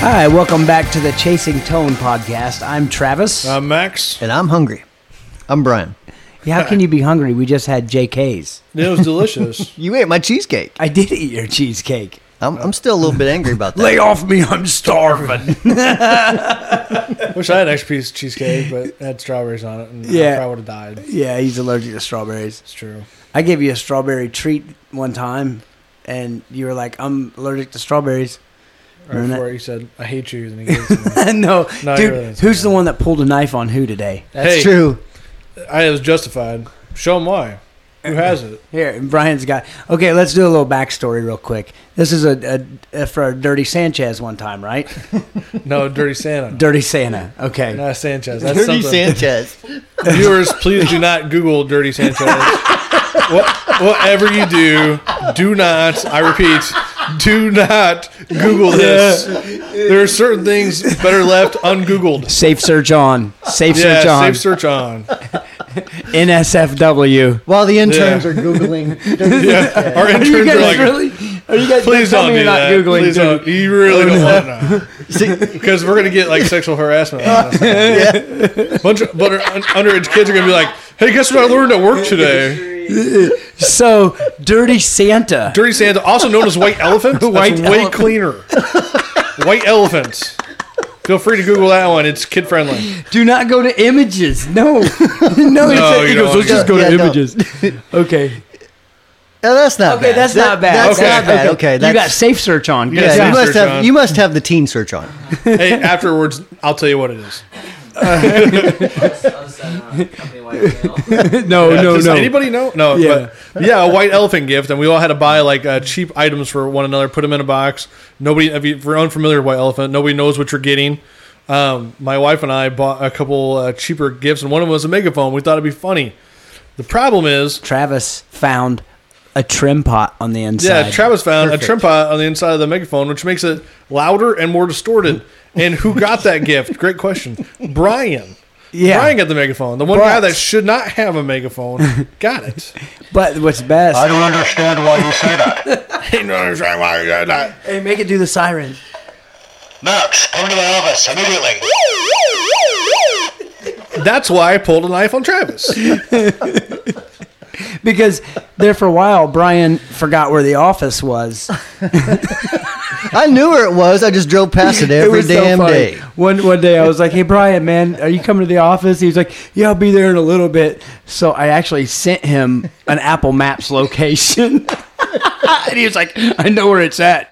Hi, welcome back to the Chasing Tone podcast. I'm Travis. Uh, Max, And I'm hungry. I'm Brian. Yeah, how can you be hungry? We just had JK's. it was delicious. You ate my cheesecake. I did eat your cheesecake. I'm, I'm still a little bit angry about that. off me, I'm starving. Wish I had an extra piece of cheesecake, but it had strawberries on it, and Yeah. I probably would have died. yeah, he's allergic to strawberries. It's true. I gave you a strawberry treat one time, and you were like, I'm allergic to strawberries. Right Remember before you said, "I hate you," and he gave it to me. no, No, dude, you're right, that's who's right. the one that pulled a knife on who today? That's Hey. true. I was justified. Show him why. Who has it? Here, and Brian's got. Okay, let's do a little backstory real quick. This is a, a, a for Dirty Sanchez one time, right? No, Dirty Santa. Dirty Santa. Okay. Not Sanchez. That's Dirty something. Sanchez. Viewers, please do not Google Dirty Sanchez. what, whatever you do, do not. I repeat, do not Google this. There are certain things better left ungoogled. Safe search on. Safe Yeah, search on. save search on. NSFW. While the interns Yeah. are Googling Dirty Yeah, our you interns guys are like, really? Are you guys Please tell don't me do you're not that. googling Please dude. don't. You really don't want to See, because we're gonna get like sexual harassment. on us. Bunch of but un- underage kids are gonna be like, "Hey, guess what I learned at work today?" So, Dirty Santa. Dirty Santa, also known as white elephant, that's White way elephant. cleaner. White elephant. Feel free to Google that one. It's kid friendly. Do not go to images. No. no, he said- you he don't goes, wanna let's just go- go yeah, to don't." images. okay. no, that's not Okay, bad. that's That- not bad. That's Okay, not bad. Okay, that's, you got safe search on. Yeah. Good. yeah, safe you must search have on. you must have the teen search on. Hey, afterwards, I'll tell you what it is. no, no, Does no. anybody know? No. Yeah. But, yeah, a white elephant gift, and we all had to buy like uh, cheap items for one another, put them in a box. Nobody, if, you, if you're unfamiliar with white elephant, nobody knows what you're getting. Um, my wife and I bought a couple uh, cheaper gifts, and one of them was a megaphone. We thought it'd be funny. The problem is, Travis found a trim pot on the inside. yeah, Travis found a trim pot on the inside of the megaphone, which makes it louder and more distorted. and who got that gift? Great question, Brian. Yeah. Brian got the megaphone. The one But- guy that should not have a megaphone got it. But what's best? don't understand why you say that. You know what I'm saying? Why you got that? hey, make it do the siren. Max, come to my office immediately. Oh, That's why I pulled a knife on Travis. Because there for a while, Brian forgot where the office was. I knew where it was. I just drove past it every so damn funny. day. One one day I was like, "Hey Brian, man, are you coming to the office?" He was like, "Yeah, I'll be there in a little bit." So I actually sent him an Apple Maps location, and he was like, "I know where it's at."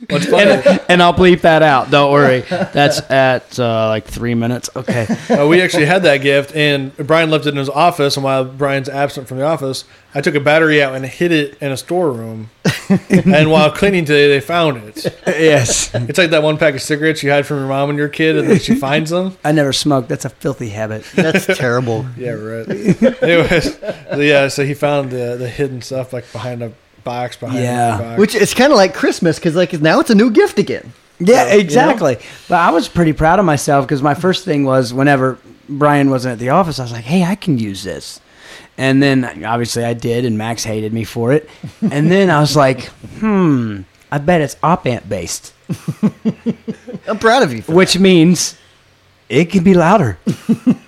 What's funny? And, and I'll bleep that out. Don't worry. That's at uh, like three minutes. Okay. uh, we actually had that gift, and Brian left it in his office. And while Brian's absent from the office, I took a battery out and hid it in a storeroom. and while cleaning today, they found it. yes. It's like that one pack of cigarettes you had from your mom when you were a kid, and then she finds them. I never smoked. That's a filthy habit. That's terrible. Yeah, right. Anyways, so yeah. So he found the the hidden stuff like behind a box, behind Yeah. a box. Which it's kind of like Christmas because like now it's a new gift again. Yeah, exactly. But I was pretty proud of myself because my first thing was whenever Brian wasn't at the office, I was like, "Hey, I can use this." And then obviously I did, and Max hated me for it. And then I was like, "Hmm, I bet it's op-amp based, I'm proud of you. for- which means it can be louder.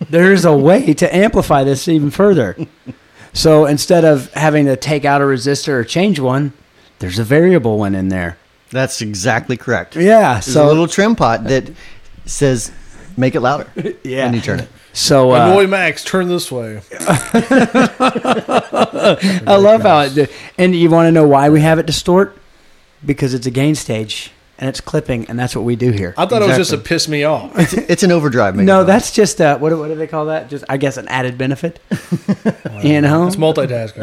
There's a way to amplify this even further." So instead of having to take out a resistor or change one, there's a variable one in there. That's exactly correct. Yeah. There's a So little trim pot that says make it louder yeah. when you turn it. So uh, My boy Max, turn this way. I love how it. do- And you want to know why we have it distort? Because it's a gain stage and it's clipping, and that's what we do here. I thought it was just to piss me off. It's, it's an overdrive. No, megaphone. that's just uh what, do- what do they call that? Just I guess an added benefit. you know, It's multitasking.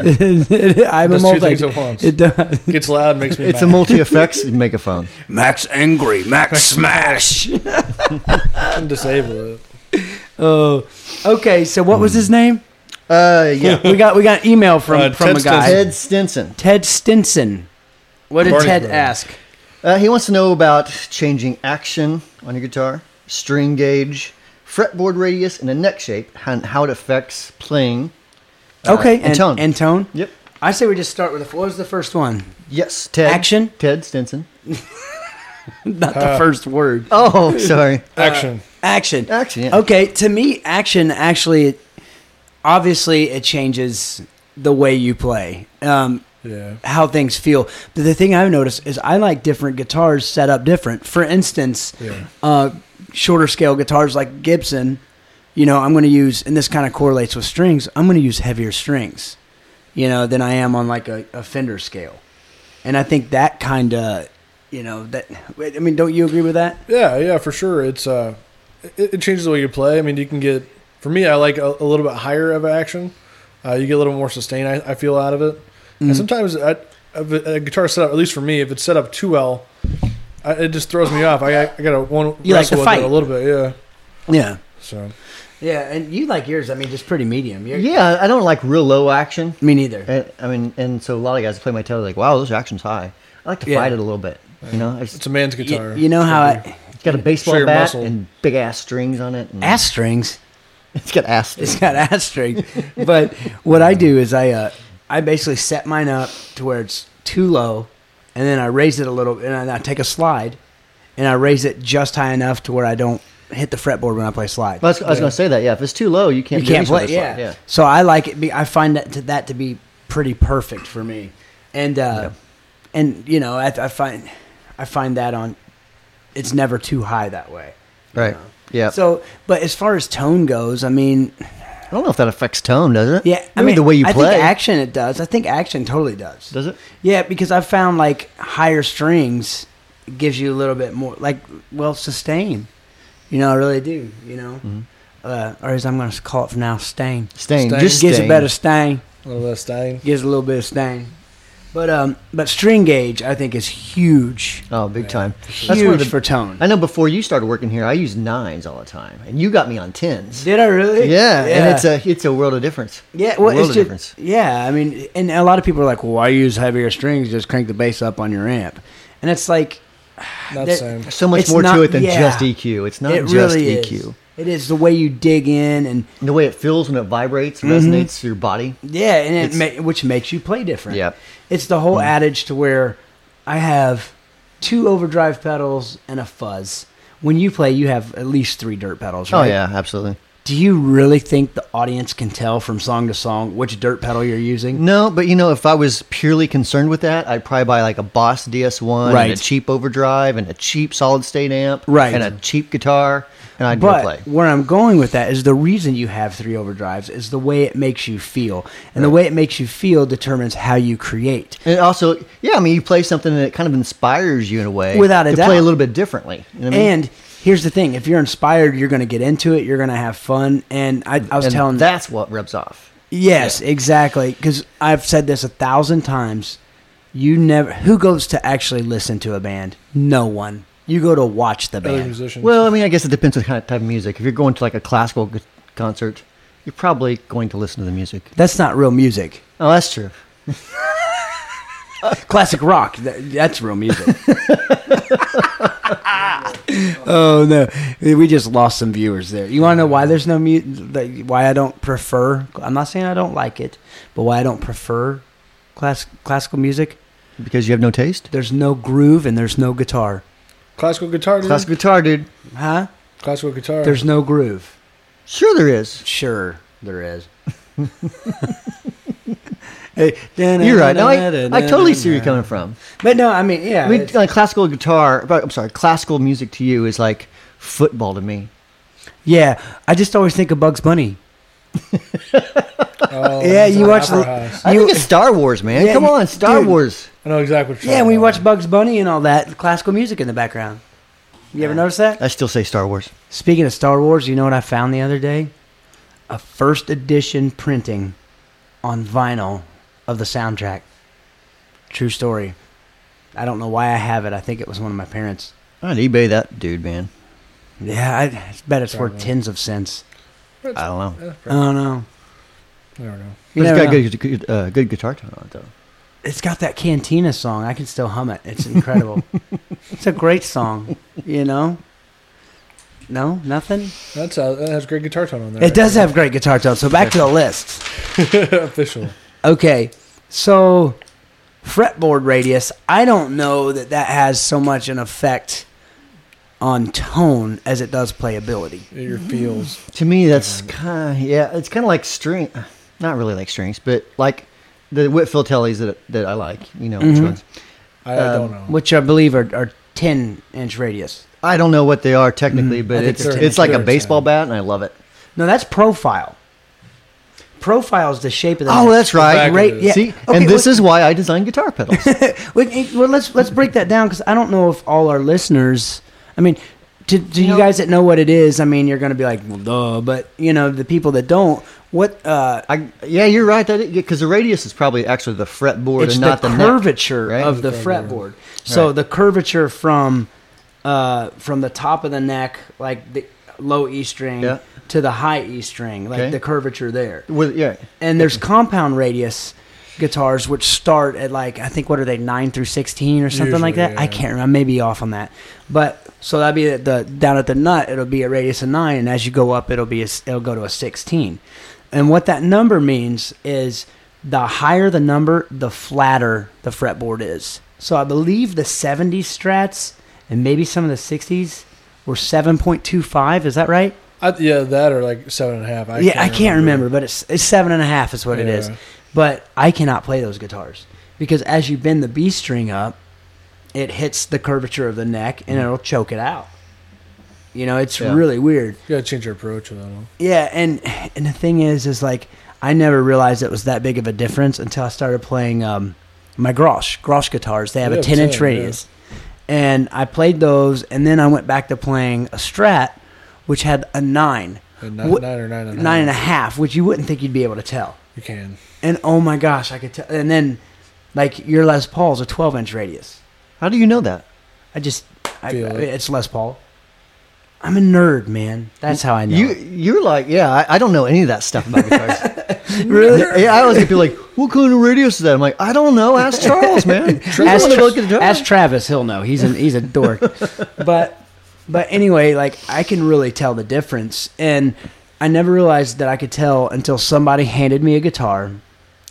I'm a does two multi. things at once. It does. Gets loud, makes me. It's mad. a multi effects megaphone. Max angry, Max smash. disable it. oh, okay. So what was his name? Uh, yeah. We got we got an email from Hmm. Uh, from Ted a guy, Stinson. Ted Stinson. Ted Stinson. What did Barney Ted Brothers. ask? Uh, he wants to know about changing action on your guitar, string gauge, fretboard radius, and the neck shape, and how it affects playing. okay, and and tone. And tone. Yep. I say we just start with the. What was the first one? Yes, Ted. Action? Ted Stinson. Not the Uh, first word. Oh, sorry. Action. Action. Action, yeah. Okay, to me, action actually, obviously, it changes the way you play. Um, yeah. how things feel. But the thing I've noticed is I like different guitars set up different. For instance, uh, shorter scale guitars like Gibson, you know, I'm going to use, and this kind of correlates with strings, I'm going to use heavier strings, you know, than I am on like a, a Fender scale. And I think that kind of, you know, that, I mean, don't you agree with that? Yeah, yeah, for sure. It's uh, it, it changes the way you play. I mean, you can get for me, I like a, a little bit higher of action. Uh, you get a little more sustain. I, I feel out of it, Mm. and sometimes I, a, a guitar setup, at least for me, if it's set up too well, I, it just throws me off. I, I got to one You like to wrestle with fight. it a little bit, yeah. Yeah. So Yeah. And you like yours, I mean, just pretty medium. You're, Yeah, I don't like real low action. Me neither. And, I mean, and so a lot of guys that play my tail like, wow, this action's high. I like to Yeah. fight it a little bit. You know, it's, it's a man's Y- guitar. You, know how I, it's got a baseball Show your bat muscle. and big ass strings on it. And ass strings. It's got ass strings. It's got ass string. but what I do is I uh, I basically set mine up to where it's too low, and then I raise it a little, and I, I take a slide, and I raise it just high enough to where I don't hit the fretboard when I play slide. Well, I was, I was going to say that. Yeah, if it's too low, you can't. you do can't any sort play, of yeah. slide, yeah. So I like it. Be, I find that to, that to be pretty perfect for me, and uh, and you know I, I find I find that on it's never too high that way. Right. Yeah. So So, but as far as tone goes, I mean, I don't know if that affects tone, does it? Yeah, Maybe the way you I play. think action it does. I think action totally does. Does it? Yeah, because I found like higher strings gives you a little bit more, like well, sustain. You know, I really do. You know, uh, or as I'm going to call it from now, stain. Mm-hmm. Stain. Stain. Just Gives stain. a better stain. a little less dying. Gives a little bit of stain. But um, but string gauge I think is huge, Oh, big time. That's one huge of the, for tone. I know. Before you started working here, I used nines all the time, and you got me on tens. Did I really? Yeah, and it's a it's a world of difference. Yeah, well, world it's of just, difference. yeah. I mean, and a lot of people are like, "Well, why use heavier strings? Just crank the bass up on your amp." And it's like, Not the There- same. There's so much it's more to not- it than yeah. just EQ. It's not it just E really EQ. is. It is the way you dig in, and The way it feels when it vibrates, Mm-hmm. resonates your body. yeah, and it It's- ma- Mm-hmm. which makes you play different. Yeah. it's the whole adage to where I have two overdrive pedals and a fuzz. When you play, you have at least three dirt pedals. Oh Right? yeah, absolutely. Do you really think the audience can tell from song to song which dirt pedal you're using? No, but you know, if I was purely concerned with that, I'd probably buy like a Boss DS1 Right. and a cheap overdrive and a cheap solid state amp Right. and a cheap guitar, and I'd go But play. where I'm going with that is the reason you have three overdrives is the way it makes you feel, and the way it makes you feel determines how you create. And it also, yeah, I mean, you play something and it kind of inspires you in a way, Without a to doubt. play a little bit differently. You know what I mean? And here's the thing: if you're inspired, you're going to get into it. You're going to have fun. And I, I was And telling that's what rubs off. yes, exactly, because I've said this a thousand times. You never who goes to actually listen to a band? No one. You go to watch the Other band. musicians. Well, I mean, I guess it depends on the kind of type of music. If you're going to like a classical g- concert, you're probably going to listen to the music. That's not real music. Oh, that's true. Classic rock. That, that's real music. oh no, we just lost some viewers there. You want to know why there's no mu- like, Why I don't prefer? I'm not saying I don't like it, but why I don't prefer class classical music? Because you have no taste? There's no groove and there's no guitar, classical guitar. Dude. Classical guitar, dude. huh? Classical guitar. There's no groove. Sure, there is. Sure, there is. Hey, You're right. No, I, I totally see where you're coming from. But no, I mean, yeah, I mean, it's- like classical guitar, but- I'm sorry, classical music to you is like football to me. yeah. I just always think of Bugs Bunny. Oh, Yeah, it's you an watch the- opera house. I You- think it's Star Wars, man. Yeah, Come you- on, Star dude. Wars. I know exactly what you're Yeah, talking when you about. watch Bugs Bunny and all that, classical music in the background. You ever notice that? I still say Star Wars. Uh, Speaking of Star Wars, you know what I found the other day? A first edition printing on vinyl of the soundtrack. True story. I don't know why I have it. I think it was one of my parents. I'd eBay that dude, man. Yeah, I, I bet it's worth tens of cents. I don't know. Yeah, I don't know. I don't know. You But it's never got know. good, good, uh, good guitar tone on it, though. It's got that Cantina song. I can still hum it. It's incredible. it's a great song, you know? No, nothing? That's a, that has great guitar tone on there. It does have great guitar tone. So back to the list. official. Okay, so fretboard radius. I don't know that that has so much an effect on tone as it does playability. your feels. To me, that's kind. yeah, it's kind of like string. Not really like strings, but like the Whitfield tellies that that I like. You know, which ones. I, I Um, don't know. which I believe are, are 10 inch radius. I don't know what they are technically, I but think it's they're it's, ten. like Sure, a it's baseball ten. bat, and I love it. No, that's profile. Profile is the shape of the. Oh, neck. that's right. back Right, of it. yeah. See, Okay, and this well- is why I designed guitar pedals. Wait, eh, well, let's let's break that down because I don't know if all our listeners. I mean, to, to you, know- guys that know what it is, I mean, you're going to be like, well, duh. But you know, the people that don't, what? Uh, I, yeah, you're right. That because the radius is probably actually the fretboard it's and the, not the, neck. curvature right? of the fretboard. So Right. the curvature from uh, from the top of the neck, like the low E string, Yeah. to the high E string, like Okay. the curvature there. With, yeah, and there's compound radius guitars which start at like I think what are they nine through sixteen or something like Usually, that. I yeah. can't remember. I may be off on that, but so that'd be at the down at the nut. It'll be a radius of nine, and as you go up, it'll be a, s- it'll go to a sixteen. And what that number means is the higher the number, the flatter the fretboard is. So I believe the 70s strats and maybe some of the 60s were 7.25. Is that right? I, yeah, that or like seven and a half. I yeah, I can't remember, but it's, it's seven and a half is what it is. Yeah. But I cannot play those guitars because as you bend the B string up, it hits the curvature of the neck and it'll choke it out. You know, it's Yeah. really weird. You gotta change your approach. I don't know. Yeah, and and the thing is, is like I never realized it was that big of a difference until I started playing um, my Grosh Grosh guitars. They have Yeah, a ten inch 10, yeah. radius, and I played those, and then I went back to playing a Strat, which had a nine, A nine- Wh- nine or nine and a nine half. and a half, which you wouldn't think you'd be able to tell. You can. And oh my gosh, I could tell. And then, like your Les Paul's a twelve inch radius. how do you know that? I just, I, Feel it. it's Les Paul. I'm a nerd, man. That's how I know. You it. you're like yeah. I, I don't know any of that stuff about guitars. really? yeah, I always get people like, what kind of radius is that? I'm like, I don't know. Ask Charles, man. He's the ask, one that built guitars. ask Travis, he'll know. He's an he's a dork. but but anyway, like I can really tell the difference, and I never realized that I could tell until somebody handed me a guitar,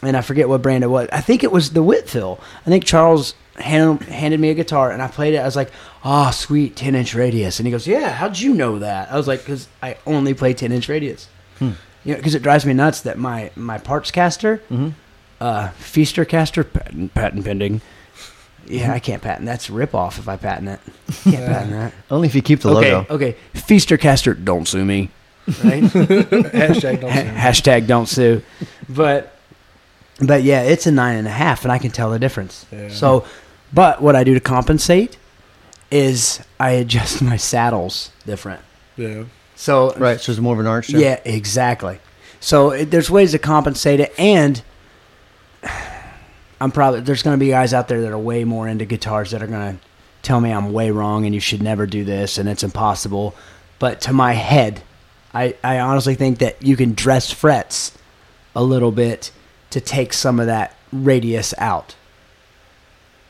and I forget what brand it was. I think it was the Whitfield. I think Charles hand, handed me a guitar, and I played it. I was like, "Ah, sweet, ten inch radius." And he goes, "Yeah, how'd you know that?" I was like, "Cause I only play ten inch radius." Hmm. You know, because it drives me nuts that my my parts caster, uh, feaster caster, patent, patent pending. Yeah, I can't patent. That's a ripoff if I patent it. Can't patent that. Only if you keep the Okay, logo. okay. Feaster caster, don't sue me. Right? Hashtag don't. say. Ha- Hashtag don't sue. But but yeah, it's a nine and a half, and I can tell the difference. Yeah. So, but what I do to compensate is I adjust my saddles different. Yeah. So Right, so it's more of an arch. shape. yeah, exactly. So it, there's ways to compensate it, and I'm probably there's going to be guys out there that are way more into guitars that are going to tell me I'm way wrong and you should never do this and it's impossible. But to my head, I, I honestly think that you can dress frets a little bit to take some of that radius out.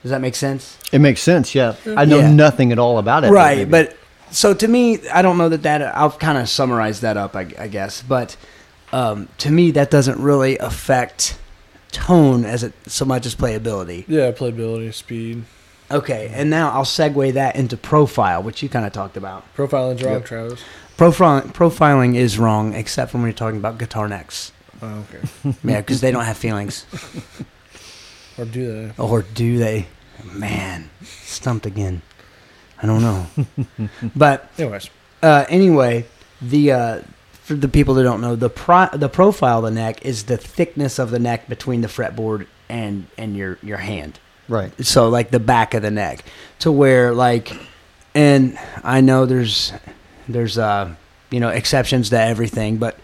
Does that make sense? It makes sense, yeah. I know Yeah. nothing at all about it. right maybe. but so to me i don't know that that i'll kind of summarize that up i, I guess but um, to me that doesn't really affect tone as it so much as playability Yeah. Playability, speed, okay and now i'll segue that into profile which you kind of talked about profiling, drop, Travis. profiling profiling is wrong except for when you're talking about guitar necks Oh, okay. yeah because they don't have feelings or do that. Or do they? Man, stumped again. I don't know. but Anyways. uh, anyway, the uh, for the people that don't know, the pro- the profile of the neck is the thickness of the neck between the fretboard and and your your hand right. so like the back of the neck to where like and i know there's there's uh you know exceptions to everything but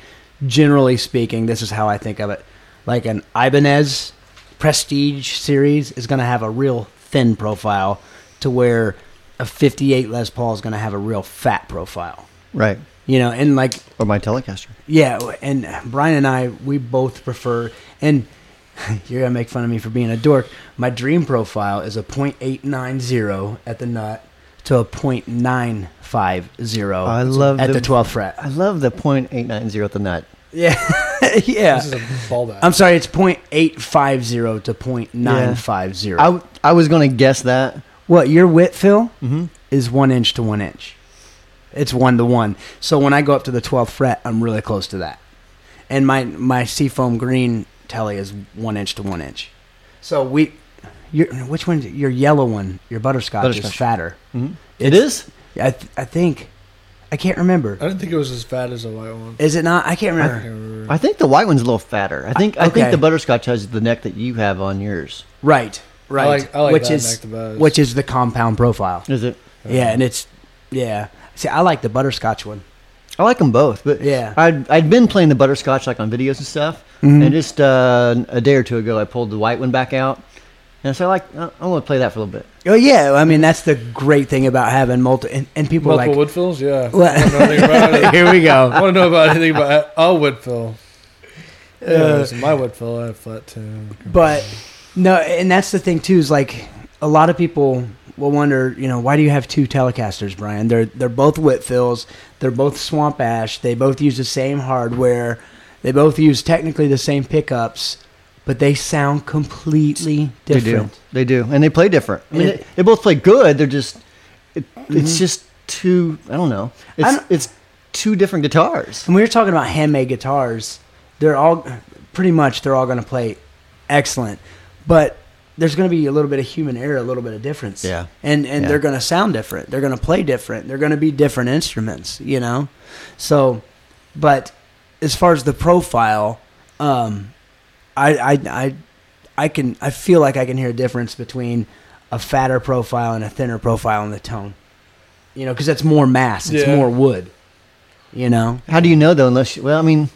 generally speaking this is how i think of it like an ibanez prestige series is going to have a real thin profile to where a 58 les paul is going to have a real fat profile Right. you know and like Or my Telecaster. yeah, and Brian and I, we both prefer, and you're going to make fun of me for being a dork. My dream profile is a .890 at the nut to a .950 I love at the, the- 12th fret. I love the .890 at the nut. Yeah. yeah. This is a ball back. I'm sorry, it's .850 to .950. I, w- I was going to guess that. Mm-hmm. what, your width, Phil, is one inch to one inch. It's one to one. So when I go up to the 12th fret, I'm really close to that. And my my seafoam green telly is one inch to one inch. So we, your which one's Your yellow one, your butterscotch, Butterscotch. is fatter. It is. I th- I think, I can't remember. I didn't think it was as fat as the white one. Is it not? I can't I can't remember. remember. I think the white one's a little fatter. I think I okay. think the butterscotch has the neck that you have on yours. Right, right. like- I like which that is neck the best. which is the compound profile. Is it? Yeah, and it's yeah. See, I like the butterscotch one. I like them both, but Yeah. Mm-hmm. I'd I'd been playing the butterscotch like on videos and stuff, and just uh, a day or two ago I pulled the white one back out, and so I like I- I'm gonna play that for a little bit. Oh yeah, I mean that's the great thing about having multi and, and people are Multiple like Woodfills? Yeah. What? I don't know anything about it. here we I go. Uh, want to know about anything about a Woodfill. Yeah, so my Woodfill, I have flat too. But no, and that's the thing too is like a lot of people will wonder, you know, why do you have two Telecasters, Brian? They're they're both Whitfields, they're both Swamp Ash, they both use the same hardware, they both use technically the same pickups, but they sound completely different. They do. They do, and they play different. I mean, It- they, they both play good. They're just it, Mm-hmm. it's just too I don't know. It's don't- it's two different guitars. And we were talking about handmade guitars. They're all pretty much they're all going to play excellent, but there's going to be a little bit of human error, a little bit of difference. Yeah. and and Yeah. they're going to sound different. They're going to play different. They're going to be different instruments. You know, so but as far as the profile, um, I I I I can I feel like I can hear a difference between a fatter profile and a thinner profile in the tone. You know, because that's more mass. It's Yeah. more wood. You know. How do you know though? Unless you, well, I mean,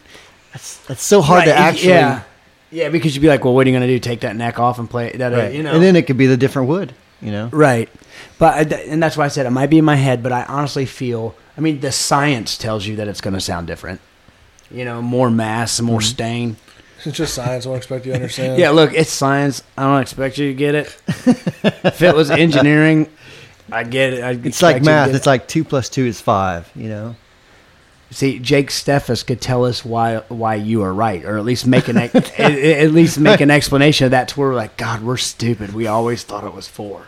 that's that's so hard to Right, if- actually. Yeah. Yeah, because you'd be like, well, what are you going to do? Take that neck off and play it? That, Right. you know. And then it could be the different wood. You know. right. But I, th- and that's why I said it might be in my head, but I honestly feel. I mean, the science tells you that it's going to sound different. You know, more mass, Mm-hmm. more stain. It's just science. I don't expect you to understand. Yeah, look, it's science. I don't expect you to get it. if it was engineering, I get it. I It's like math. It's like two plus two is five. You know. See, Jake Steffes could tell us why why you are right, or at least make an ex- at, at least make an explanation of that. To where we're like, God, we're stupid. We always thought it was four.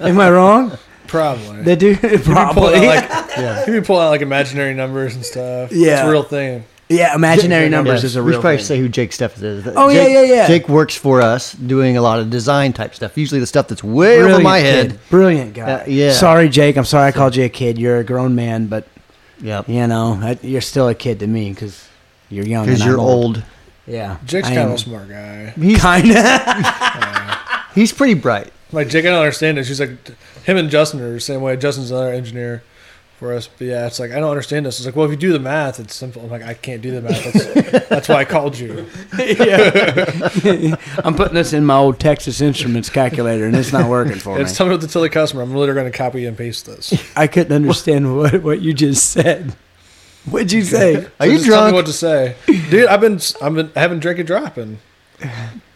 Am I wrong? Probably. The dude He'd be pulling out, probably. like, He'd be pulling out like imaginary numbers and stuff. Yeah. It's a real thing. yeah, imaginary numbers Yeah, is a we real should probably thing. say who Jake Steffes is. Oh, yeah, Jake- yeah, yeah. Jake works for us, doing a lot of design type stuff. Usually the stuff that's way over my head. kid. Brilliant guy. Uh, yeah. Sorry, Jake. I'm sorry I called you a kid. You're a grown man, but Yeah, you know I, you're still a kid to me because you're young. because and you're I'm old. Yeah. Jake's I kind of am. a smart guy. He's Kinda. he's pretty bright. Like Jake, I don't understand it. She's like, him and Justin are the same way. Justin's another engineer for us. But yeah, it's like I don't understand this. It's like, well, if you do the math, it's simple. I'm like, I can't do the math. That's, that's why I called you. I'm putting this in my old Texas Instruments calculator, and it's not working for me. It's something to tell the customer. I'm literally going to copy and paste this. I couldn't understand what, what you just said. What'd you say? Are So you just Tell me drunk? what to say, dude. I've been I've been I haven't drank a drop in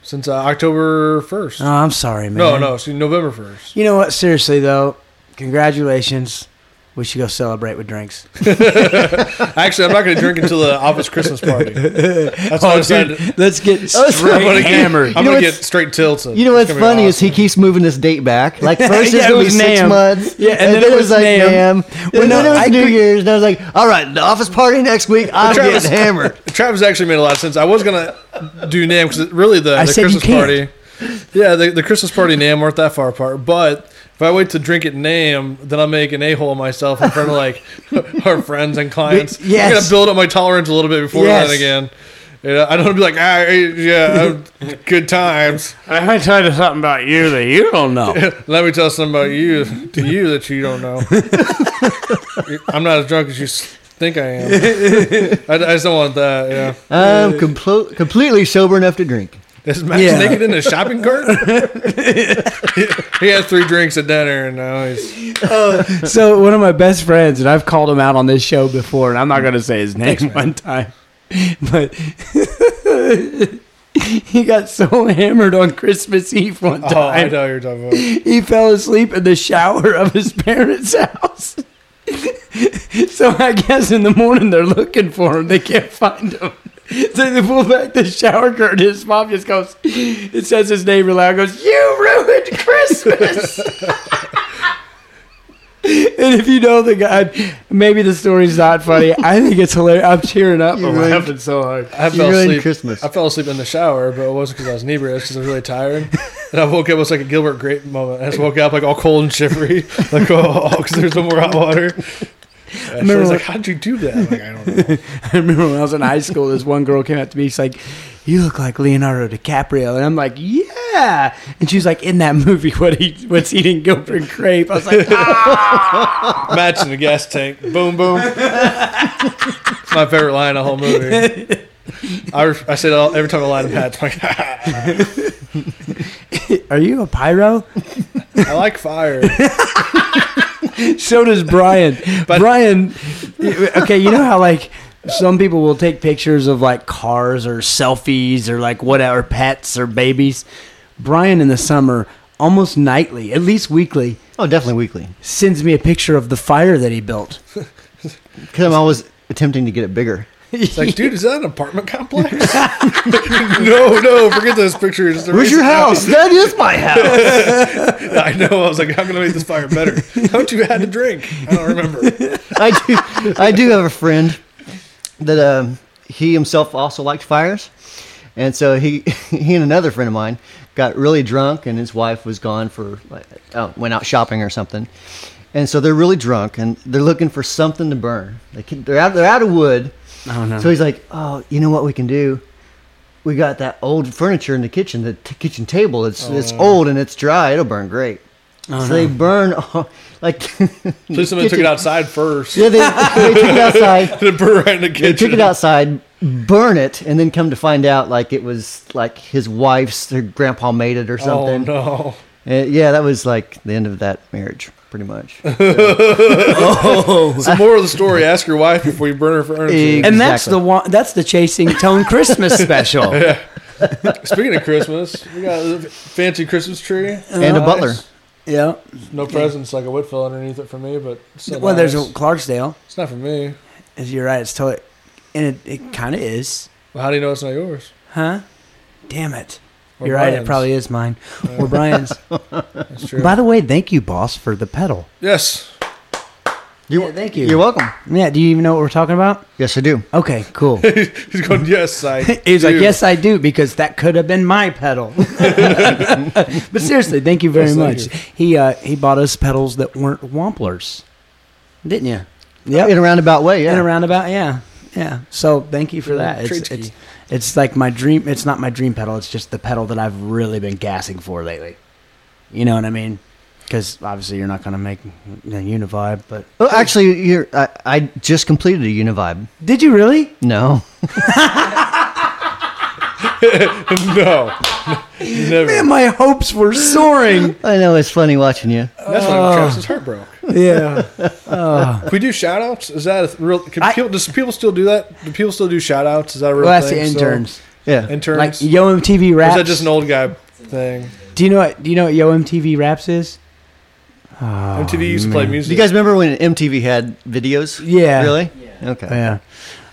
since uh, October first. oh, I'm sorry, man. no, no, see, November first. You know what? Seriously though, congratulations. We should go celebrate with drinks. Actually, I'm not going to drink until the office Christmas party. That's Oh, what I decided. let's Oh, get sorry. straight I'm gonna hammered. Get, I'm You know gonna what's- get straight tilted. You know what's It's gonna be funny is he awesome. keeps moving this date back. Like first Yeah, it's it gonna be was six Nam. months. Yeah, and then it was Nam. Nam. Well, no, and then it was I New could- Year's, and I was like, all right, the office party next week. I'm Travis- getting hammered. Travis actually made a lot of sense. I was gonna do Nam because really the, I the said you Christmas can't. party. Yeah, the, the Christmas party and Nam weren't that far apart. But if I wait to drink at Nam, then I'll make an a hole myself in front of like our friends and clients. Yes. I gotta build up my tolerance a little bit before Yes. that again. You know, I don't wanna be like, ah, yeah, I'm- good times. I'm gonna tell you something about you that you don't know. Let me tell something about you to you that you don't know. I'm not as drunk as you s- think I am. I, I just don't want that. Yeah, I'm complo- completely sober enough to drink. is Max Yeah. naked in a shopping cart? he had three drinks at dinner, and now he's so one of my best friends, and I've called him out on this show before, and I'm not gonna say his name one time, but he got so hammered on Christmas Eve one oh, I time. know what you're talking about. he fell asleep in the shower of his parents' house. so I guess in the morning they're looking for him. They can't find him. So they pull back the shower curtain. His mom just goes, it says his name real loud, goes, You ruined Christmas. And if you know the guy, maybe the story's not funny. I think it's hilarious. I'm cheering up. I'm really- laughing so hard. I You fell ruined asleep. Christmas. I fell asleep in the shower, but it wasn't because I was inebriated. It's because I was really tired. And I woke up. It was like a Gilbert Grape moment. I just woke up like all cold and shivery, like oh, because there's no more hot water. And she Remember was when- like, "How'd you do that?" I'm like, I don't know. I remember when I was in high school, this one girl came up to me. She's like, "You look like Leonardo DiCaprio," and I'm like, "Yeah." And she's like, "In that movie, what he what's eating Gilbert Grape?" I was like, ah. Match in the gas tank. Boom, boom. it's my favorite line of the whole movie. I, re- I say that all, every time I line of hats. I'm like, "Are you a pyro?" I like fire. So does Brian. But- Brian, okay, you know how like some people will take pictures of like cars or selfies or like whatever pets or babies. Brian in the summer, almost nightly, at least weekly, Oh, definitely weekly. sends me a picture of the fire that he built. Because I'm always attempting to get it bigger. It's like, dude, is that an apartment complex? no, no, forget those pictures. They're Where's your racist. house? that is my house. I know. I was like, I'm gonna make this fire better. How much you had to drink? I don't remember. I do. I do have a friend that um, he himself also liked fires, and so he he and another friend of mine got really drunk, and his wife was gone for like, oh, went out shopping or something, and so they're really drunk and they're looking for something to burn. They can, they're out they're out of wood. Oh no. So he's like, "Oh, you know what we can do? We got that old furniture in the kitchen, the t- kitchen table. It's it's Oh. old and it's dry. It'll burn great." so they burn all, like So someone took it outside first. Yeah, they, they took it outside. Then put it right in the kitchen. They took it outside, burn it, and then come to find out like it was like his wife's, her grandpa made it or Oh something. no! Uh, yeah, that was like the end of that marriage, pretty much. So moral of the story: Ask your wife before you burn her furniture. Oh. Ex- and that's Exactly. the one. That's the chasing tone Christmas special. Speaking of Christmas, we got a fancy Christmas tree And a butler. yeah. No presents like a Whitfield underneath it for me, but it's so Well, there's a nice. Clarksdale. It's not for me. As you're right, it's totally, and it, it kind of is, Well, how do you know it's not yours? huh? Damn it. Or you're right. It Brian's. probably is mine or Brian's. That's true. By the way, thank you, boss, for the pedal. yes. You, Yeah, thank you. You're welcome. Yeah, do you even know what we're talking about? Yes, I do. Okay, cool. He's going. Yes, I. He's like, do." yes, I do, because that could have been my pedal. but seriously, thank you very Yes, much. thank He uh, he bought us pedals that weren't Wamplers, didn't you? Yep. In a roundabout way, yeah. in a roundabout. Yeah, yeah. So thank you for that. It's, Tricky. it's it's like my dream. It's not my dream pedal. It's just the pedal that I've really been gassing for lately. You know what I mean? Because obviously you're not gonna make a univibe, but Oh, actually, you're, I, I just completed a Univibe. did you really? No, No. Never. Man, my hopes were soaring. I know it's funny watching you. That's uh, why Travis's heart broke. yeah. Can we do shout outs? Is that a th- real? Can I- people, does people still do that? Do people still do shout outs? Is that a real Well, that's the thing? still? interns. Yeah, interns. Like Yo MTV or is Raps. that just an old guy thing? do you know what? Do you know what Yo MTV Raps is? Oh, MTV used to play music. Do you guys remember when MTV had videos? Yeah. Really? Yeah. Okay. yeah.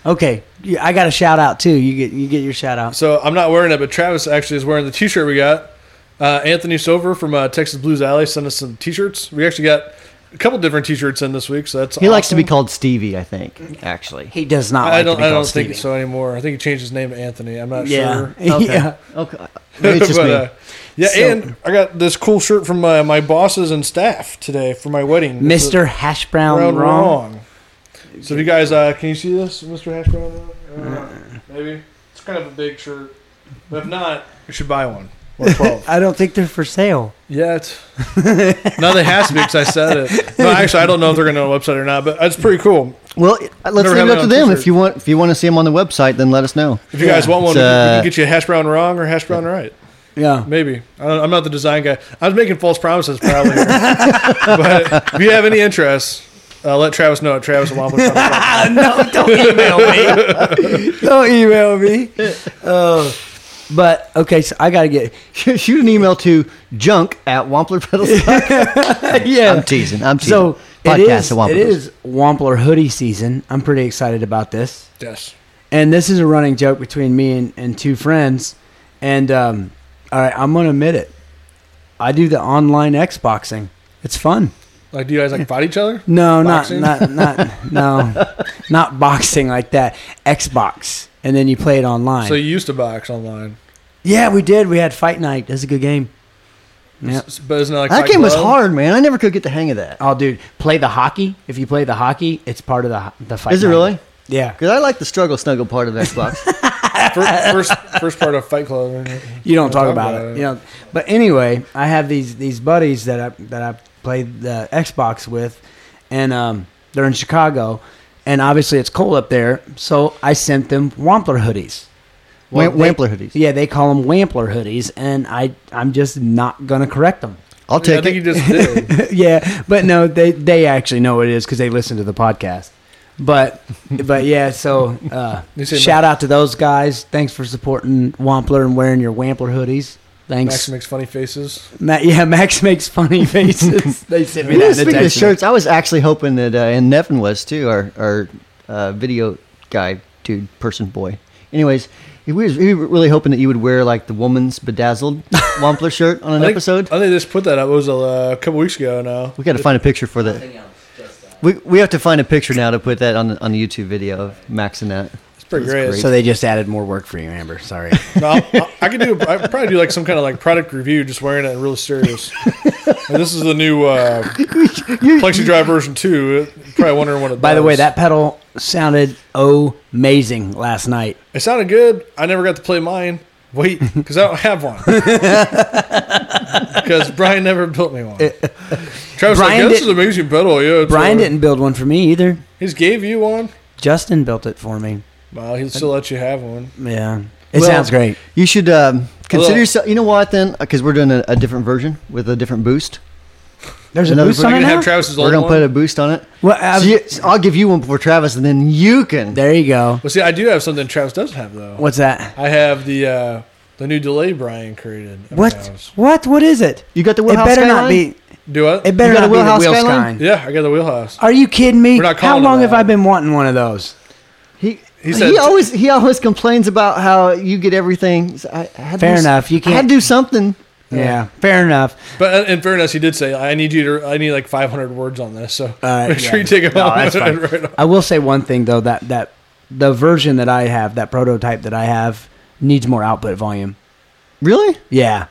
Okay, yeah, I got a shout out too. You get you get your shout out. so I'm not wearing it, but Travis actually is wearing the T-shirt we got. Uh, Anthony Sover from uh, Texas Blues Alley sent us some T-shirts. We actually got a couple different T-shirts in this week, so that's He likes to be awesome. called Stevie, I think. Actually. He does not. like I to don't. be I called don't think Stevie. so anymore. I think he changed his name to Anthony. I'm not Yeah. sure. Okay. Yeah. Okay. Maybe it's just But, me. uh, yeah, So- and I got this cool shirt from my, my bosses and staff today for my wedding. It's a- Mr. Hash Brown Brown Wrong. wrong. So if you guys, uh, can you see this, Mr. Hash Brown? Uh, maybe it's kind of a big shirt, but if not, you should buy one or twelve. I don't think they're for sale. yeah, it's no, they has to be because I said it. No, actually, I don't know if they're gonna on the website or not, but it's pretty cool. well, uh, let's Never leave have it it up to on them. t-shirt. If you want, if you want to see them on the website, then let us know. If you guys want one, It's, we can- uh, we can get you a hash brown wrong or hash brown right. Yeah. Maybe I don't, I'm not the design guy. I was making false promises probably. here. but if you have any interest, uh, let Travis know at Travis at Wampler. Ah, no, don't email me. don't email me. Oh. But okay, so I gotta get Shoot an email to junk at wamplerpedals.com. yeah. I'm teasing. I'm teasing. so it is, at it Wampler Pedals. is Wampler hoodie season. I'm pretty excited about this. Yes. And this is a running joke between me and, and two friends. And um, all right, I'm gonna admit it. I do the online Xboxing. It's fun. Like, do you guys like fight each other? No, Boxing? not not not no, not boxing like that. Xbox, and then you play it online. So you used to box online, yeah, we did. We had fight night. That's a good game. Yeah. S- but isn't it like That Fight game was Club? hard, man. I never could get the hang of that. Oh, dude, play the hockey. If you play the hockey, it's part of the the fight. Is it night. really? Yeah. Because I like the struggle snuggle part of Xbox. Fir- First, first part of Fight Club. isn't it? You don't We'll talk about, it. You know. But anyway, I have these these buddies that I that I played the Xbox with, and um, they're in Chicago, and obviously it's cold up there, so I sent them Wampler hoodies. Wam- they- Wampler hoodies. Yeah, they call them Wampler hoodies, and I I'm just not gonna correct them. I'll Yeah, I take think it. you just did. yeah, but no, they they actually know what it is because they listen to the podcast. But but yeah, so uh, You say shout out to those guys. Thanks for supporting Wampler and wearing your Wampler hoodies. Max Thanks, makes funny faces. Ma- yeah, Max makes funny faces. they sent me You know, that. in a speaking of text shirts, I was actually hoping that, uh, and Nevin was too, our, our uh, video guy, dude, person, boy. Anyways, he was, we were really hoping that you would wear like the woman's bedazzled Wampler shirt on an I think- episode. I think they just put that up. It was a uh, couple weeks ago now. We got to find a picture for that. We, we have to find a picture now to put that on the, on the YouTube video of Max and that. It's pretty That's great. great. message. So they just added more work for you, Amber. Sorry. No, I, I could do. I could probably do like some kind of like product review, just wearing it real serious. Like, this is the new uh, Plexi Drive version two. Probably wondering what it. By the way, does. that pedal sounded amazing last night. it sounded good. I never got to play mine. Wait, because I don't have one. Because Brian never built me one. Travis, like, Brian yeah, this is did- an amazing pedal. Yeah, it's, Brian uh, didn't build one for me either. He's gave you one. Justin built it for me. Well, he'll still let you have one. Yeah, it Well, sounds great. You should um, consider Hello. yourself. You know what? Then, because we're doing a, a different version with a different boost. There's a another boost person- on You it can now. have Travis's We're old gonna one. put a boost on it. Well, I So was- you- so I'll give you one before Travis, and then you can. There you go. well, see, I do have something Travis doesn't have though. What's that? I have the uh, the new delay Brian created. I mean, What? I was- What? What is it? You got the it wheelhouse better not Skyline? be. Do I? It better got not be a the wheelhouse wheel Skyline? skyline. yeah, I got the wheelhouse. Are you kidding me? We're not How calling it long have that. I been wanting one of those? He he, He said- always he always complains about how you get everything. So I, I had to Fair do s- enough, you I had can't- to do something. Yeah, fair enough. But in fairness, he did say, "I need you to. I need like 500 words on this." So Uh, make sure yeah. you take it No, off. that's fine. right off. I will say one thing though that that the version that I have, that prototype that I have, needs more output volume. Really Yeah,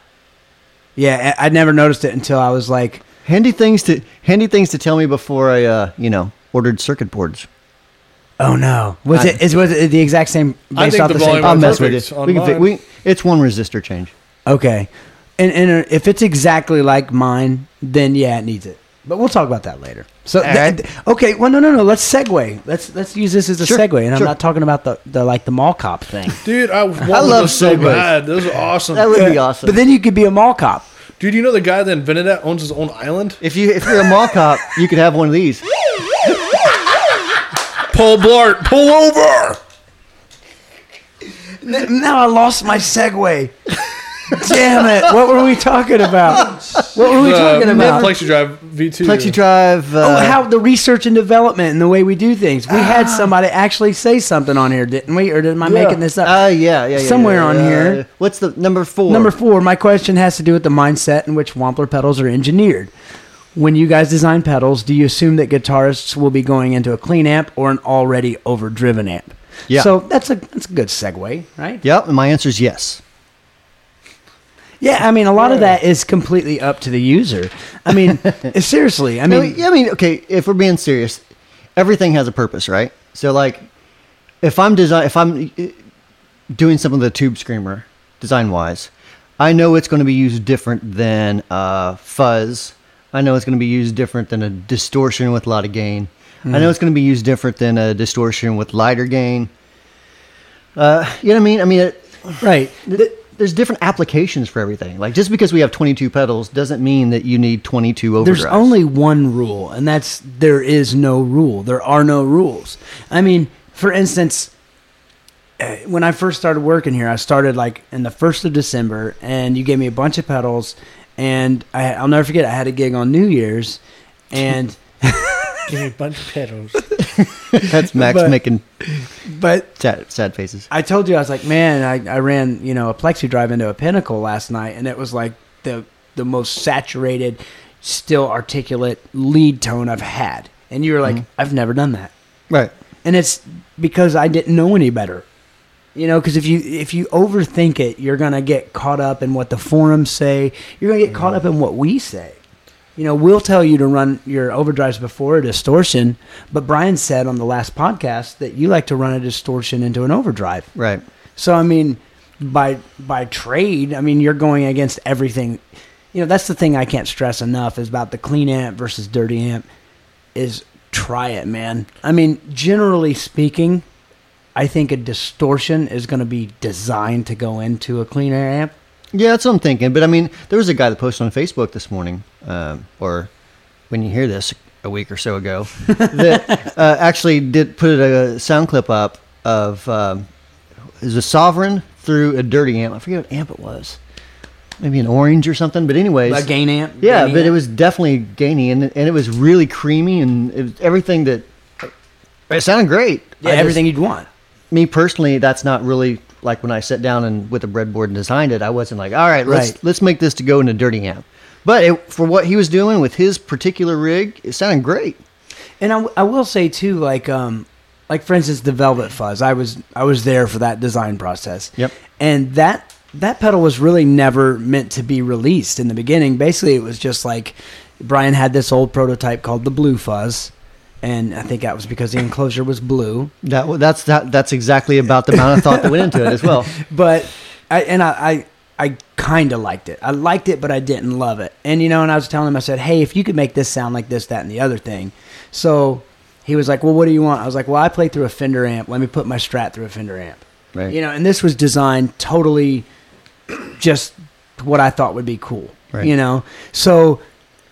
yeah. I I never noticed it until I was like, handy things to handy things to tell me before I uh, you know ordered circuit boards. oh no, was I- it is was it the exact same I based think off the the, same? volume I'll on mess with perfect it. on We can fi- mine. we, it's one resistor change. Okay. And, and if it's exactly like mine, then yeah, it needs it. But we'll talk about that later. So All that- okay, well no no no, let's segue. Let's let's use this as a Sure, segue, and I'm sure. not talking about the, the like the mall cop thing. Dude, I, want love those so Segways. bad. Those are awesome. That would be awesome. But then you could be a mall cop. Dude, you know the guy that invented that owns his own island? if you if you're a mall cop, you could have one of these. Paul Blart, pull over. N- Now I lost my segue. Damn it! What were we talking about? What were we talking about? Uh, Plexi Drive V2. Plexi Drive. Uh, Oh, how the research and development and the way we do things. We had Ah. somebody actually say something on here, didn't we? Or am I making this up? Uh, yeah, yeah, yeah, Somewhere yeah, on yeah. here. What's the number four? Number four, my question has to do with the mindset in which Wampler pedals are engineered. When you guys design pedals, do you assume that guitarists will be going into a clean amp or an already overdriven amp? Yeah. So that's a that's a good segue, right? Yep, and my answer is yes. Yeah, I mean a lot of that is completely up to the user. I mean, seriously, I No, mean yeah, I mean, okay, if we're being serious, everything has a purpose, right? So, like, if I'm design, if I'm uh, doing something with a tube screamer, design wise, I know it's going to be used different than uh, fuzz. I know it's going to be used different than a distortion with a lot of gain. Hmm. I know it's going to be used different than a distortion with lighter gain. Uh, you know what I mean? I mean, it, right. th- there's different applications for everything. Like just because we have 22 pedals doesn't mean that you need 22 overdrives. There's only one rule, and that's there is no rule. There are no rules. I mean, for instance, eh, when I first started working here, I started like in the first of December, and you gave me a bunch of pedals, and I, I'll never forget. I had a gig on New Year's, and Give me a bunch of pedals. That's Max But- making but sad, sad faces. I told you I was like, man, I, I ran you know a plexi drive into a pinnacle last night, and it was like the the most saturated. still articulate lead tone I've had. And you were like, I've never done that. Right. And it's because I didn't know any better. You know, because if you if you overthink it, you're gonna get caught up in what the forums say. You're gonna get caught up in what we say. You know, we'll tell you to run your overdrives before a distortion, but Brian said on the last podcast that you like to run a distortion into an overdrive. Right. So I mean, by by trade, I mean you're going against everything. You know, that's the thing I can't stress enough is about the clean amp versus dirty amp is try it, man. I mean, generally speaking, I think a distortion is going to be designed to go into a clean air amp. Yeah, that's what I'm thinking. But I mean, there was a guy that posted on Facebook this morning, um, or when you hear this, a week or so ago, that uh, actually did put a sound clip up of um, it was a sovereign through a dirty amp. I forget what amp it was, maybe an orange or something. But anyways, A gain amp. Yeah, gain but it amp. was definitely gainy, and and it was really creamy, and it was everything that it sounded great. yeah, I just- Uh, everything you'd want. me personally, that's not really like when I sat down and with a breadboard and designed it. I wasn't like, all right, let's Right. let's make this to go into dirty amp. But it, for what he was doing with his particular rig, it sounded great. And I, w- I will say too, like um, like for instance, the Velvet Fuzz. I was I was there for that design process. Yep. And that that pedal was really never meant to be released in the beginning. Basically, it was just like Brian had this old prototype called the Blue Fuzz, and I think that was because the enclosure was blue. That wa- that's that, that's exactly about the amount of thought that went into it as well. but I and I I, I kind of liked it. I liked it, but I didn't love it. And you know, and I was telling him, I said, "Hey, if you could make this sound like this, that, and the other thing," so he was like, "Well, what do you want?" I was like, "Well, I play through a Fender amp. Let me put my Strat through a Fender amp." Right. You know, and this was designed totally just what I thought would be cool. Right. You know, so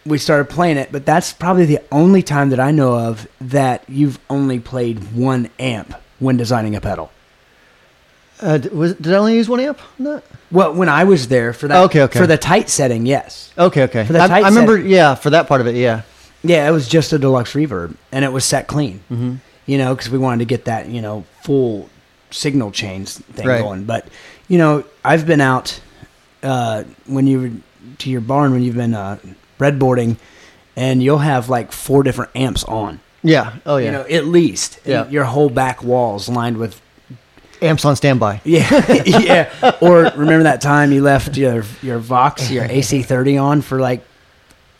we started playing it, but that's probably the only time that I know of that you've only played one amp when designing a pedal. Uh, d- was, did I only use one amp? No. Well, when I was there for that, Okay, okay. for the tight setting, yes, Okay, okay. For the I, tight I remember, set. yeah, for that part of it, yeah. yeah, it was just a deluxe reverb, and it was set clean, mm-hmm. you know, because we wanted to get that you know full signal chains thing Right. going. But you know, I've been out uh, when you were to your barn when you've been uh, breadboarding, and you'll have like four different amps on, Yeah. Oh, yeah. you know, at least, And Yeah. your whole back wall's lined with Amps on standby. Yeah, yeah. Or remember that time you left your your Vox, your AC30 on for like,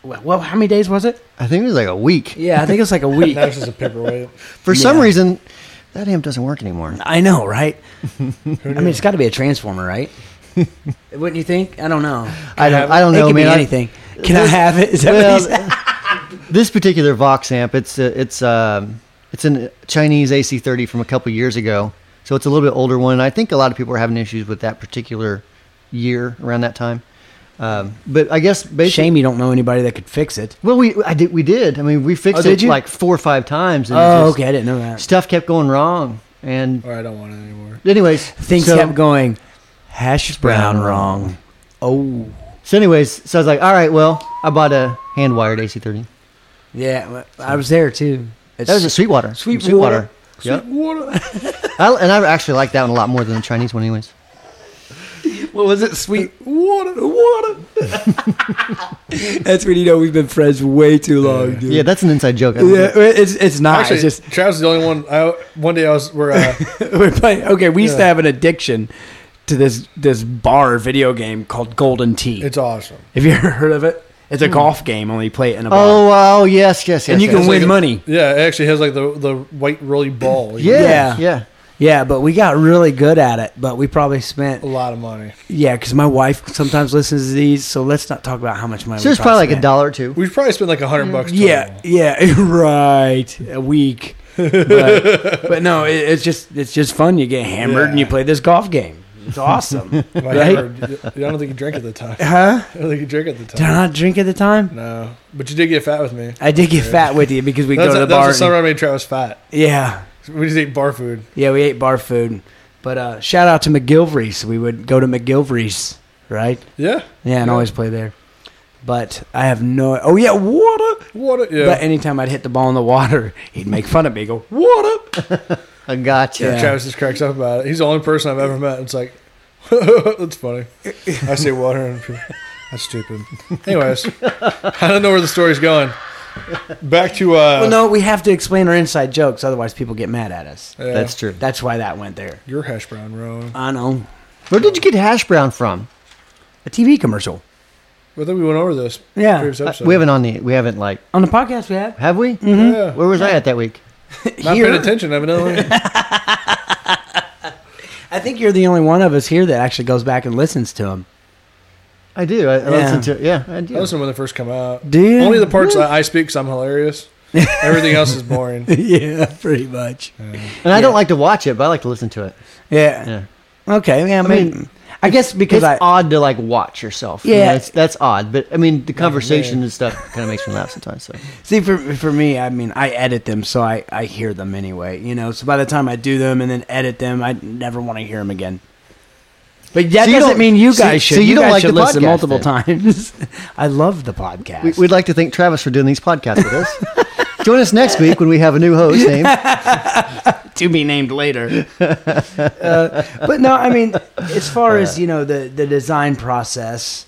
well, well, how many days was it? I think it was like a week. Yeah, I think it was like a week. That was just a paperweight. For some Yeah. reason, that amp doesn't work anymore. I know, right? I mean, it's got to be a transformer, right? Wouldn't you think? I don't know. I don't. I don't it know, could man. be I- anything. Can I this- have it? Is that what he said? Well, this particular Vox amp, it's uh, it's um, it's a Chinese AC30 from a couple years ago, so it's a little bit older one. I think a lot of people are having issues with that particular year around that time. Um, but I guess basically, Shame you don't know anybody that could fix it. well, we I did we did. I mean, we fixed Oh, did it you? like four or five times. And it Oh, just- okay, I didn't know that. Stuff kept going wrong, and Or I don't want it anymore. anyways, Things so- kept going hash brown, brown wrong. Oh, So, anyways, so I was like, all right, well, I bought a hand wired AC30. yeah. well, I was there too. It's, That was a Sweetwater. Sweetwater. Yep. What? I, and I actually like that one a lot more than the Chinese one, anyways. what was it? Sweet Water, water. That's when you know we've been friends way too long, dude. Yeah, that's an inside joke. I don't Yeah, think- it's it's not. Actually, it's just Travis is the only one. I, one day I was we're uh, we're playing. Okay, we used to Yeah. have an addiction to this this bar video game called Golden Tee. it's awesome. have you ever heard of it? It's a golf game, only you play it in a bar. Oh, oh, yes, yes, yes. and you yes. can win like a- money. Yeah, it actually has like the the white rolly ball. You Yeah, Yeah. yeah. Yeah, but we got really good at it. But we probably spent know, A lot of money. yeah, because my wife sometimes listens to these. So let's not talk about how much money. So we it's probably like a spent. dollar or two. We probably spent like a hundred bucks. Yeah, yeah, right. A week, but, but no, it, it's just it's just fun. You get hammered and Yeah. you play this golf game. It's awesome, total. right? I don't think you drank at the time. I Huh? don't think you drank at the Did I time. not drink at the time? No, but you did get fat with me. I did get fat with you because we go That's, to the that's bar. the summer and- I made Travis fat. yeah, We just ate bar food. yeah, we ate bar food. But uh, shout out to McGilvery's. We would go to McGilvery's, right? Yeah. Yeah, and Yeah. always play there. But I have no. Oh yeah, water. What? A, yeah. But anytime I'd hit the ball in the water, he'd make fun of me. Go water. Uh. I gotcha. Yeah. Travis just cracks up about it. He's the only person I've ever met. It's like, that's funny. I say water and people, That's stupid. Anyways, I don't know where the story's going. Back to uh, Well, no, we have to explain our inside jokes, otherwise people get mad at us. yeah, That's true. That's why that went there. your hash brown, bro. I know. Where did you get hash brown from? A TV commercial. I think we went over this. Yeah. previous Uh, episode. we haven't on the. We haven't like. On the podcast we have. Have we? Mm-hmm. Yeah. Where was I at that week? Not here, paying attention, evidently. I think you're the only one of us here that actually goes back and listens to them. I do. I, I listened to. Yeah, I I do. listen when they first come out. Do you? Only the parts I, I speak because I'm hilarious. Everything else is boring. yeah, pretty much. And I don't like to watch it, but I like to listen to it. Yeah. Yeah. Okay. Yeah. I mean, mean, I guess because It's I. odd to like watch yourself. Yeah. that's, that's odd. But I mean, the conversation and stuff kind of makes me laugh sometimes. So See, for for me, I mean, I edit them, so I I hear them anyway. You know, so by the time I do them and then edit them, I never want to hear them again. But that So you doesn't don't- mean you so- guys so should. you don't guys like should the listen podcast, multiple then? times. I love the podcast. we, we'd like to thank Travis for doing these podcasts with us. Join us next week when we have a new host named. to be named later. Uh, but no, I mean, as far as you know, the the design process.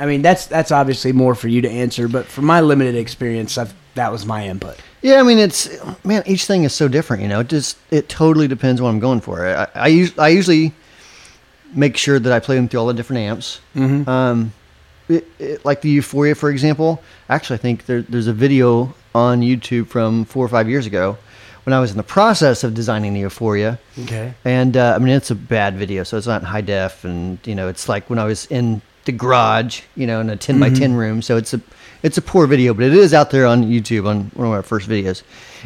I mean, that's that's obviously more for you to answer. But from my limited experience, I've, that was my input. Yeah, I mean, it's man, each thing is so different. You know, it just it totally depends what I'm going for. I I, us- I usually make sure that I play them through all the different amps. Mm-hmm. Um, it, it, like the Euphoria, for example. Actually, I think there, there's a video on YouTube from four or five years ago when I was in the process of designing the Euphoria. Okay. And uh, I mean, it's a bad video, so it's not in high def, and you know, it's like when I was in the garage, you know, in a 10 by 10 room. So it's a it's a poor video, but it is out there on YouTube on one of our first videos,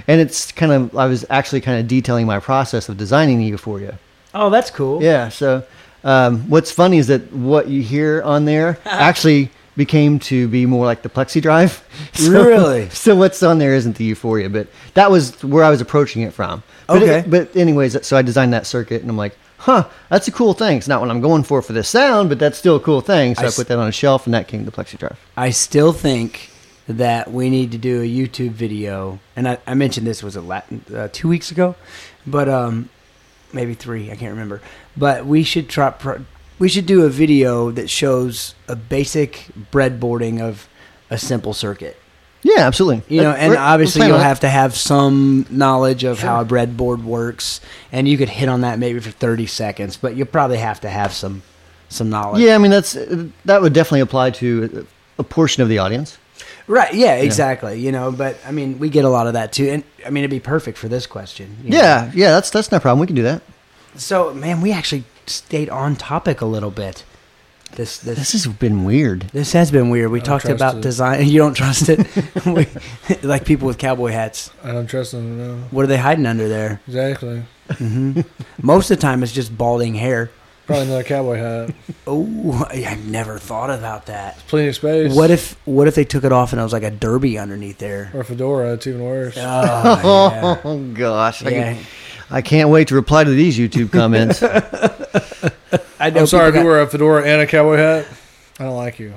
and it's kind of I was actually kind of detailing my process of designing the Euphoria. Oh, that's cool. Yeah. So um, what's funny is that what you hear on there actually became to be more like the Plexi Drive. So, Really? So what's on there isn't the Euphoria, but that was where I was approaching it from. But it- Okay. but anyways, so I designed that circuit, and I'm like, huh, that's a cool thing. It's not what I'm going for for this sound, but that's still a cool thing. So I I, s- put that on a shelf, and that came to Plexi Drive. I still think that we need to do a YouTube video, and I, I mentioned this was a Latin, uh, two weeks ago, but um, maybe three, I can't remember. But we should try. Pro- we should do a video that shows a basic breadboarding of a simple circuit. Yeah, absolutely. You know, Like, and Uh, we're- we're obviously planning you'll on it. have to have some knowledge of how a breadboard works, and you could hit on that maybe for thirty seconds, but you'll probably have to have some some knowledge. Yeah, I mean that's that would definitely apply to a portion of the audience. Right. Yeah. Exactly. You know, but I mean, we get a lot of that too, and I mean, it'd be perfect for this question. you know. Yeah, yeah, that's that's no problem. We can do that. So, man, we actually stayed on topic a little bit. This this This this, has been weird. has been weird. We talked trust about it. design. You don't trust it, we, like people with cowboy hats. I don't trust them. No. What are they hiding under there? Exactly. Most of the time, it's just balding hair. Probably another cowboy hat. Oh, I- I've never thought about that. Plenty of space. What if what if they took it off and it was like a derby underneath there? Or fedora. It's even worse. Oh, yeah. Oh gosh, I, Yeah. can, I can't wait to reply to these YouTube comments. I know I'm sorry if people got- you wear a fedora and a cowboy hat. I don't like you.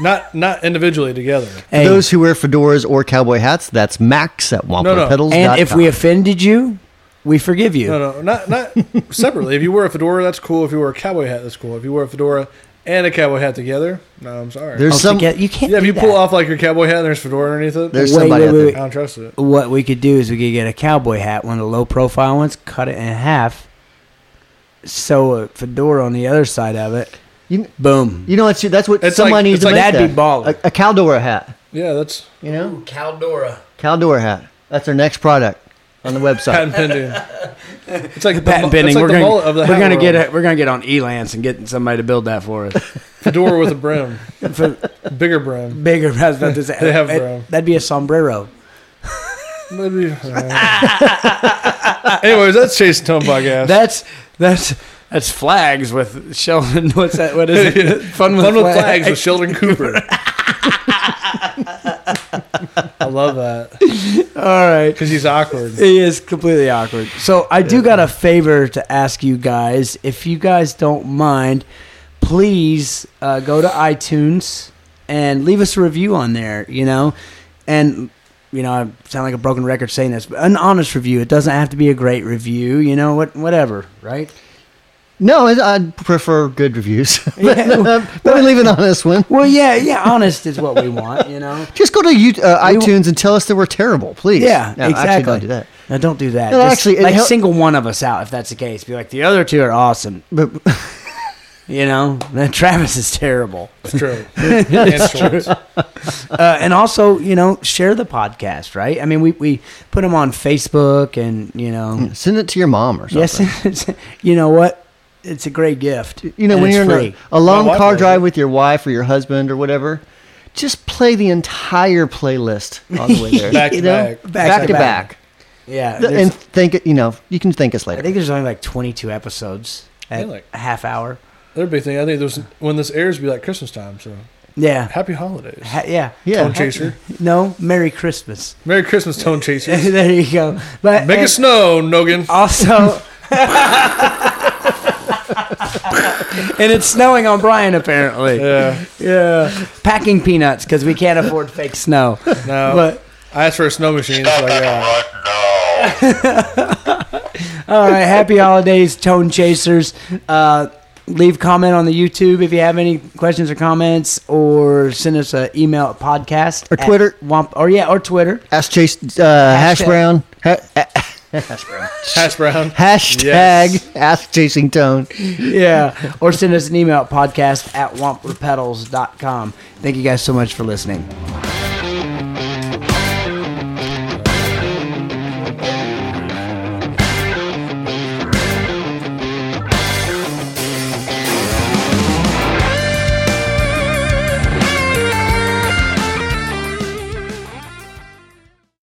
not not individually together. Hey, Those who wear fedoras or cowboy hats, that's Max at WamplePedals. and if we offended you, we forgive you. No, no, not not separately. If you wear a fedora, that's cool. If you wear a cowboy hat, that's cool. If you wear a fedora and a cowboy hat together, no, I'm sorry. there's Oh, some, forget- you can't. yeah, if do you pull that. off like your cowboy hat and there's fedora underneath it, there's Wait, somebody wait, out wait, there. I wait. don't trust it. what we could do is we could get a cowboy hat, one of the low profile ones, cut it in half, sew a fedora on the other side of it. You, Boom. you know what? That's what It's somebody like- needs it's like- to make That'd be that. baller. A, a Caldora hat. Yeah, that's You know, Caldora. Caldora hat. That's our next product on the website. patent pending. It's like the Patent mu- pending. It's like we're the gonna, mullet of the we're hat gonna world. get a, we're gonna get on Elance and get somebody to build that for us. fedora with a brim, For bigger brim. bigger, I was about to say, They have it- brown. that'd be a sombrero. Maybe. uh. Anyways, that's Chase Tone podcast. That's that's that's flags with Sheldon. What's that? What is it? Fun with, Fun with flags. flags with Sheldon Cooper. I love that All right. because he's awkward. It is completely awkward. So I do got a favor to ask you guys. If you guys don't mind, please uh, go to iTunes and leave us a review on there. You know, and you know I sound like a broken record saying this, but an honest review. It doesn't have to be a great review. You know what? Whatever, right? No, I- I'd prefer good reviews. but, let me leave an honest one. Well, yeah, yeah. Honest is what we want, you know. Just go to you- uh, We wa- iTunes and tell us that we're terrible, please. Yeah, No, exactly. Actually, don't do that. No, don't do that. No, Just, actually, it like hel- single one of us out if that's the case. Be like the other two are awesome. But You know, then Travis is terrible. It's true. it's true. Uh, and also, you know, share the podcast, right? I mean, we we put them on Facebook, and you know, send it to your mom or Mm, something. yes, it's- you know what? It's a great gift. You know, and when it's you're free. in a, a long My wife car loves drive it. with your wife or your husband or whatever, just play the entire playlist on the way there. Back to you know? back. back, Back to to back. back. yeah, Th- there's- And think it. You know, you can thank us I later. think there's only like 22 episodes at Really? a half hour. Another big thing. I think there's when this airs, it'll be like Christmas time. So Yeah, happy holidays. ha- yeah, yeah. Tone chaser. No, Merry Christmas. Merry Christmas, tone chasers. there you go. But Make and it snow, Nogan. also. and it's snowing on Brian apparently. Yeah. Yeah. Packing peanuts because we can't afford fake snow. No. But I asked for a snow machine. It's like, yeah. Right now. all right, happy holidays, Tone Chasers. Uh, leave comment on the YouTube if you have any questions or comments, or send us an email at podcast Or at Twitter. Womp, or yeah, or Twitter. Ask Chase uh, Hash Hashtag. Brown. Ha- a- Hash Brown. hashtag Yes. Ask Chasing Tone. Yeah, or send us an email at podcast at womprepetals.com. Thank you guys so much for listening.